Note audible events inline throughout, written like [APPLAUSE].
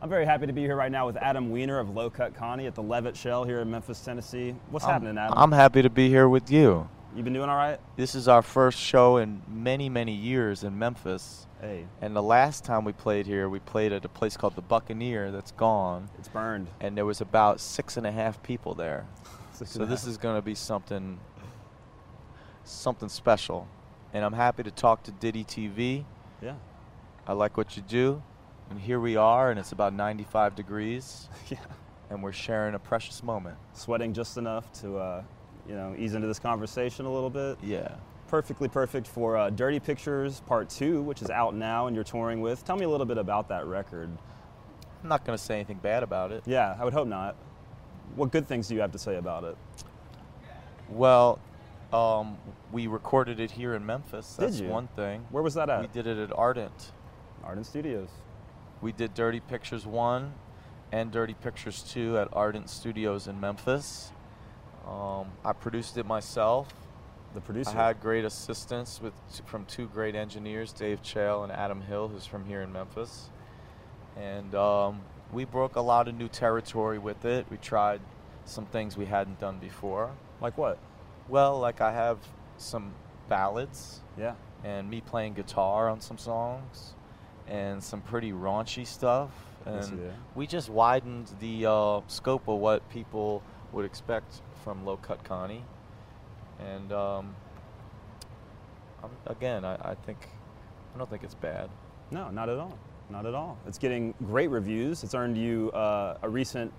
I'm very happy to be here right now with Adam Weiner of Low Cut Connie at the Levitt Shell here in Memphis, Tennessee. What's happening, Adam? Um, I'm happy to be here with you. you been doing all right? This is our first show in many, many years in Memphis. Hey, And the last time we played here, we played at a place called the Buccaneer that's gone. it's burned. [LAUGHS] And there was about six and a half people there. Six So and a this half. is going to be something, something special. And I'm happy to talk to Diddy TV. yeah, [LAUGHS] I like what you do. And here we are, and it's about 95 degrees, yeah. and we're sharing a precious moment. Sweating just enough to, uh, you know, ease into this conversation a little bit. Yeah. Perfectly perfect for uh, Dirty Pictures Part Two, which is out now and you're touring with. Tell me a little bit about that record. I'm not going to say anything bad about it. Yeah, I would hope not. What good things do you have to say about it? Well, um, we recorded it here in Memphis. Did That's you? one thing. Where was that We at? did it at Ardent. Arden Studios. We did Dirty Pictures 1 and Dirty Pictures 2 at Ardent Studios in Memphis. Um, I produced it myself. The producer. I had great assistance with from two great engineers, Dave Chail and Adam Hill, who's from here in Memphis. And um, we broke a lot of new territory with it. We tried some things we hadn't done before. like what? Well, like I have some ballads Yeah. and me playing guitar on some songs and some pretty raunchy stuff. I see And that. we just widened the uh, scope of what people would expect from Low Cut Connie. And um, I'm, again, I, I think I don't think it's bad. No, not at all. Not at all. It's getting great reviews. It's earned you uh, a recent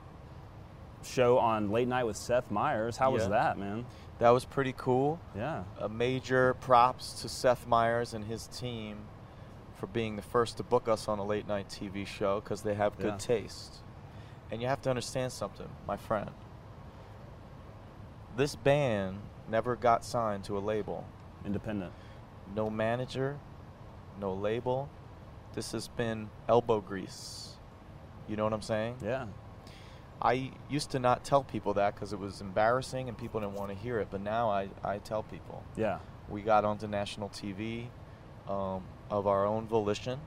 show on Late Night with Seth Meyers. How was Yeah. that, man? That was pretty cool. Yeah. a uh, major props to Seth Meyers and his team for being the first to book us on a late night TV show because they have good Yeah. taste. And you have to understand something, my friend. This band never got signed to a label. Independent. No manager, no label. This has been elbow grease. You know what I'm saying? Yeah. I used to not tell people that because it was embarrassing and people didn't want to hear it, but now I, I tell people Yeah. we got onto national TV um, of our own volition,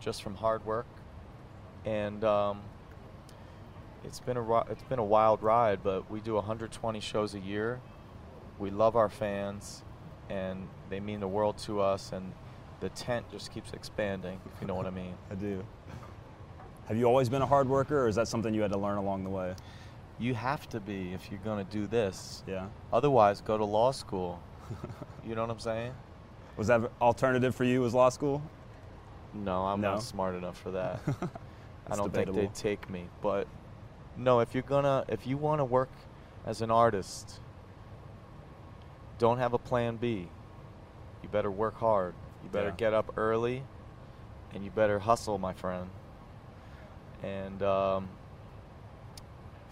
just from hard work, and um, it's been a ri- it's been a wild ride. But we do 120 shows a year. We love our fans, and they mean the world to us. And the tent just keeps expanding, if you know what I [LAUGHS] mean. I do. Have you always been a hard worker, or is that something you had to learn along the way? You have to be if you're gonna do this. Yeah. Otherwise, go to law [LAUGHS] school. you know what I'm saying? Was that alternative for you? Was law school? No, I'm No? not smart enough [LAUGHS] for [LAUGHS] that. Uh, I It's don't debatable. think they'd take me. But no, if you're gonna, if you want to work as an artist, don't have a plan B. You better work hard. You better Yeah. get up early, and you better hustle, my friend. And um,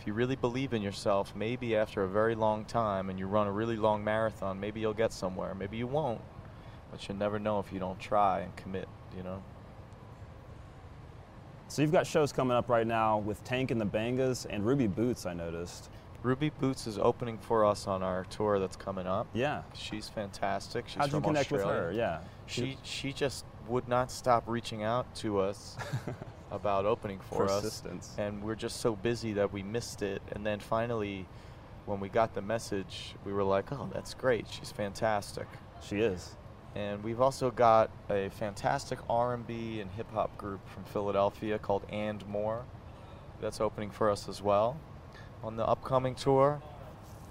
if you really believe in yourself, maybe after a very long time, and you run a really long marathon, maybe you'll get somewhere. Maybe you won't. But you'll never know if you don't try and commit. You know. So you've got shows coming up right now with Tank and the Bangas and Ruby Boots. I noticed. Ruby Boots is opening for us on our tour that's coming up. Yeah. She's fantastic. She's How'd you from connect with Australia. her? Yeah. She she just would not stop reaching out [LAUGHS] to us about opening for us, persistence. and we're just so busy that we missed it. And then finally, when we got the message, we were like, "Oh, that's great. She's fantastic." [LAUGHS] She is. And we've also got a fantastic R&B and hip hop group from Philadelphia called And More. That's opening for us as well on the upcoming tour.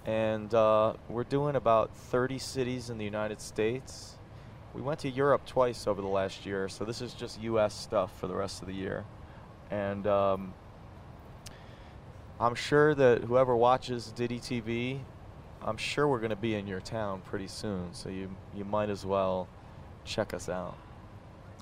And uh, we're doing about 30 cities in the United States. We went to Europe twice over the last year, so this is just U.S. stuff for the rest of the year. And um, I'm sure that whoever watches Diddy TV, I'm sure we're going to be in your town pretty soon, so you you might as well check us out.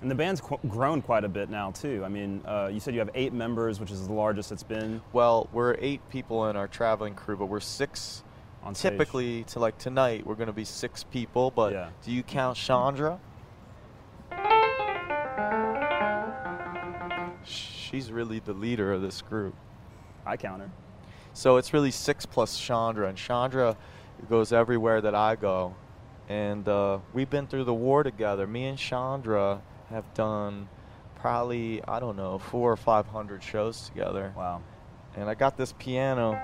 And the band's qu- grown quite a bit now too. I mean, uh, you said you have eight members, which is the largest it's been Well, we're eight people in our traveling crew, but we're six. on stage. Typically, to like tonight, we're going to be six people. But Yeah. do you count Chandra? She's really the leader of this group. I count her. So it's really six plus Chandra, and Chandra goes everywhere that I go. And uh, we've been through the war together. Me and Chandra have done probably I don't know four or five hundred shows together, Wow. and I got this piano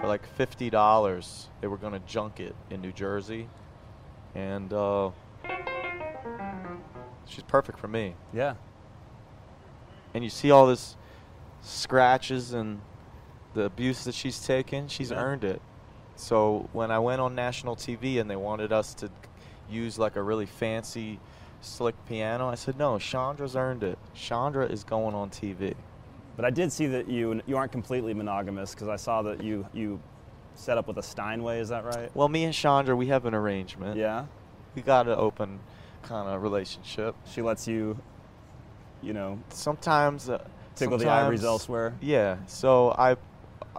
for like fifty dollars. They were gonna junk it in New Jersey, and uh, she's perfect for me. Yeah. And you see all this scratches and the abuse that she's taken. She's Yeah. earned it. So when I went on national TV and they wanted us to use like a really fancy, slick piano, I said no. Chandra's earned it. Chandra is going on TV. But I did see that you you aren't completely monogamous because I saw that you you set up with a Steinway. Is that right? Well, me and Chandra, we have an arrangement. Yeah. We got an open kind of relationship. She lets you, you know, sometimes uh, tickle the ivories sometimes- elsewhere. Yeah. So I,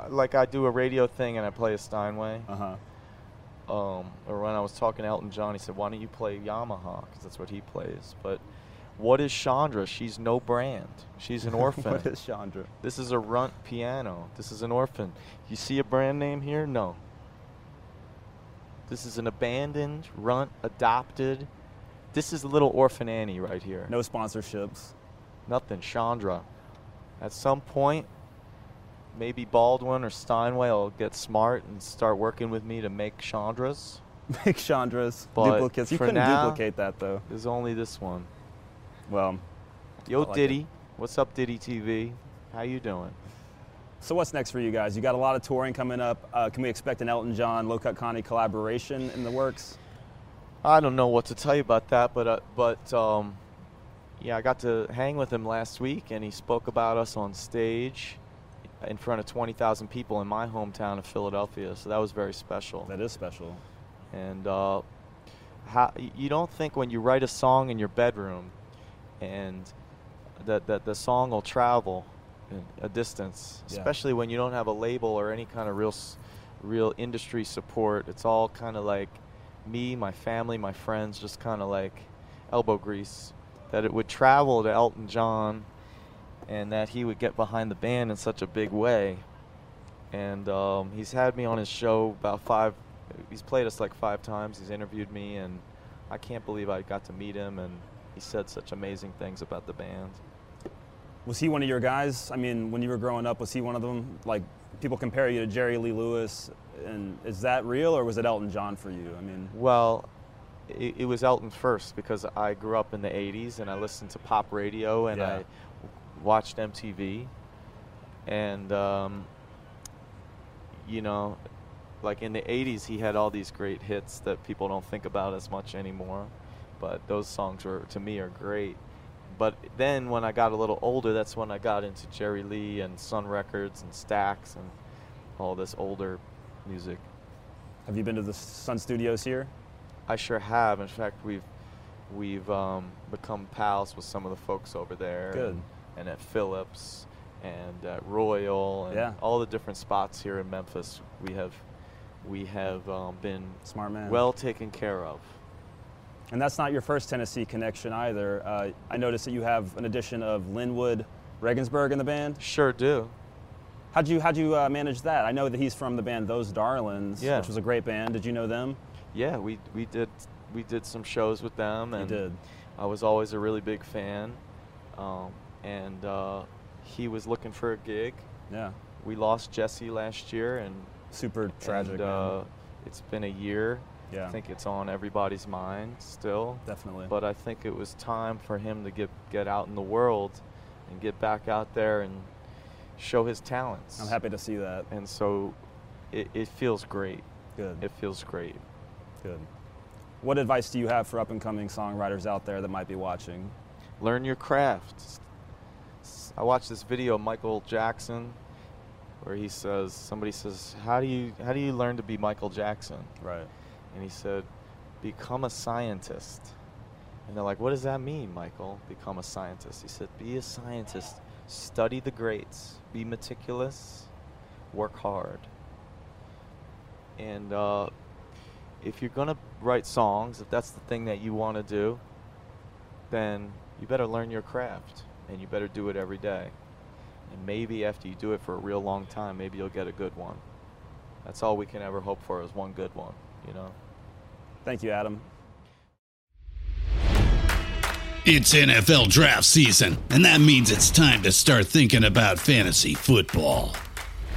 like, I do a radio thing and I play a Steinway. Uh huh. Um, or when I was talking to Elton John, he said, "Why don't you play Yamaha? Because that's what he plays." But what is Chandra? She's no brand. [LAUGHS] She's an orphan. what is Chandra? this is a runt piano. This is an orphan. You see a brand name here? No. This is an abandoned, runt, adopted. This is little orphan Annie right here. No sponsorships. [LAUGHS] Nothing, Chandra. At some point, maybe Baldwin or Steinway will get smart and start working with me to make Chandras. Big Chandra's But duplicates. You for couldn't now- duplicate that though. There's only this one. Well, I Yo, like it. Diddy. What's up, Diddy TV? How you doing? so what's next for you guys? You got a lot of touring coming up. Uh, can we expect an Elton John, Low Cut Connie collaboration in the works? I don't know what to tell you about that, but uh, but um, yeah, I got to hang with him last week, and he spoke about us on stage in front of 20,000 people in my hometown of Philadelphia. So that was very special. That is special. And uh, how, you don't think when you write a song in your bedroom and that, that the song will travel a distance, Yeah. especially when you don't have a label or any kind of real, s- real industry support. It's all kind of like me, my family, my friends, just kind of like elbow grease. That it would travel to Elton John and that he would get behind the band in such a big way. And um, he's had me on his show about five. He's played us like five times. He's interviewed me, and I can't believe I got to meet him. And he said such amazing things about the band. Was he one of your guys? I mean, when you were growing up, was he one of them? Like people compare you to Jerry Lee Lewis, and is that real or was it Elton John for you? I mean, Well, it, it was Elton first because I grew up in the '80s and I listened to pop radio and Yeah. I w- watched MTV, and um, you know, like in the '80s, he had all these great hits that people don't think about as much anymore. But those songs were, to me, are great. But then when I got a little older, that's when I got into Jerry Lee and Sun Records and Stax and all this older music. have you been to the Sun Studios here? I sure have. In fact, we've we've um, become pals with some of the folks over there. Good. And, and at Phillips and at Royal and Yeah. all the different spots here in Memphis, we have we have um, been Smart man. well taken care of. and that's not your first Tennessee connection either. Uh, I noticed that you have an addition of Linwood Regensburg in the band. Sure do. How'd you how'd you uh, manage that? I know that he's from the band Those Darlings, Yeah. which was a great band. Did you know them? Yeah, we we did we did some shows with them, You and did. I was always a really big fan. Um, and uh, he was looking for a gig. Yeah, We lost Jesse last year, and super tragic. And, man. uh, it's been a year. yeah, I think it's on everybody's mind still. definitely. But uh, I think it was time for him to get get out in the world and get back out there and show his talents. I'm happy to see that. And so it, it feels great. Good. It feels great. Good. What advice do you have for up and coming songwriters out there that might be watching? learn your craft. S- I watched this video of Michael Jackson where he says somebody says, "How do you how do you learn to be Michael Jackson?" Right. and he said, "Become a scientist." And they're like, "What does that mean, Michael? Become a scientist?" He said, "Be a scientist. Study the greats. Be meticulous. Work hard." And uh, if you're gonna write songs, if that's the thing that you want to do, then you better learn your craft, and you better do it every day. And maybe after you do it for a real long time, maybe you'll get a good one. That's all we can ever hope for is one good one, you know? Thank you, Adam. It's NFL draft season, and that means it's time to start thinking about fantasy football.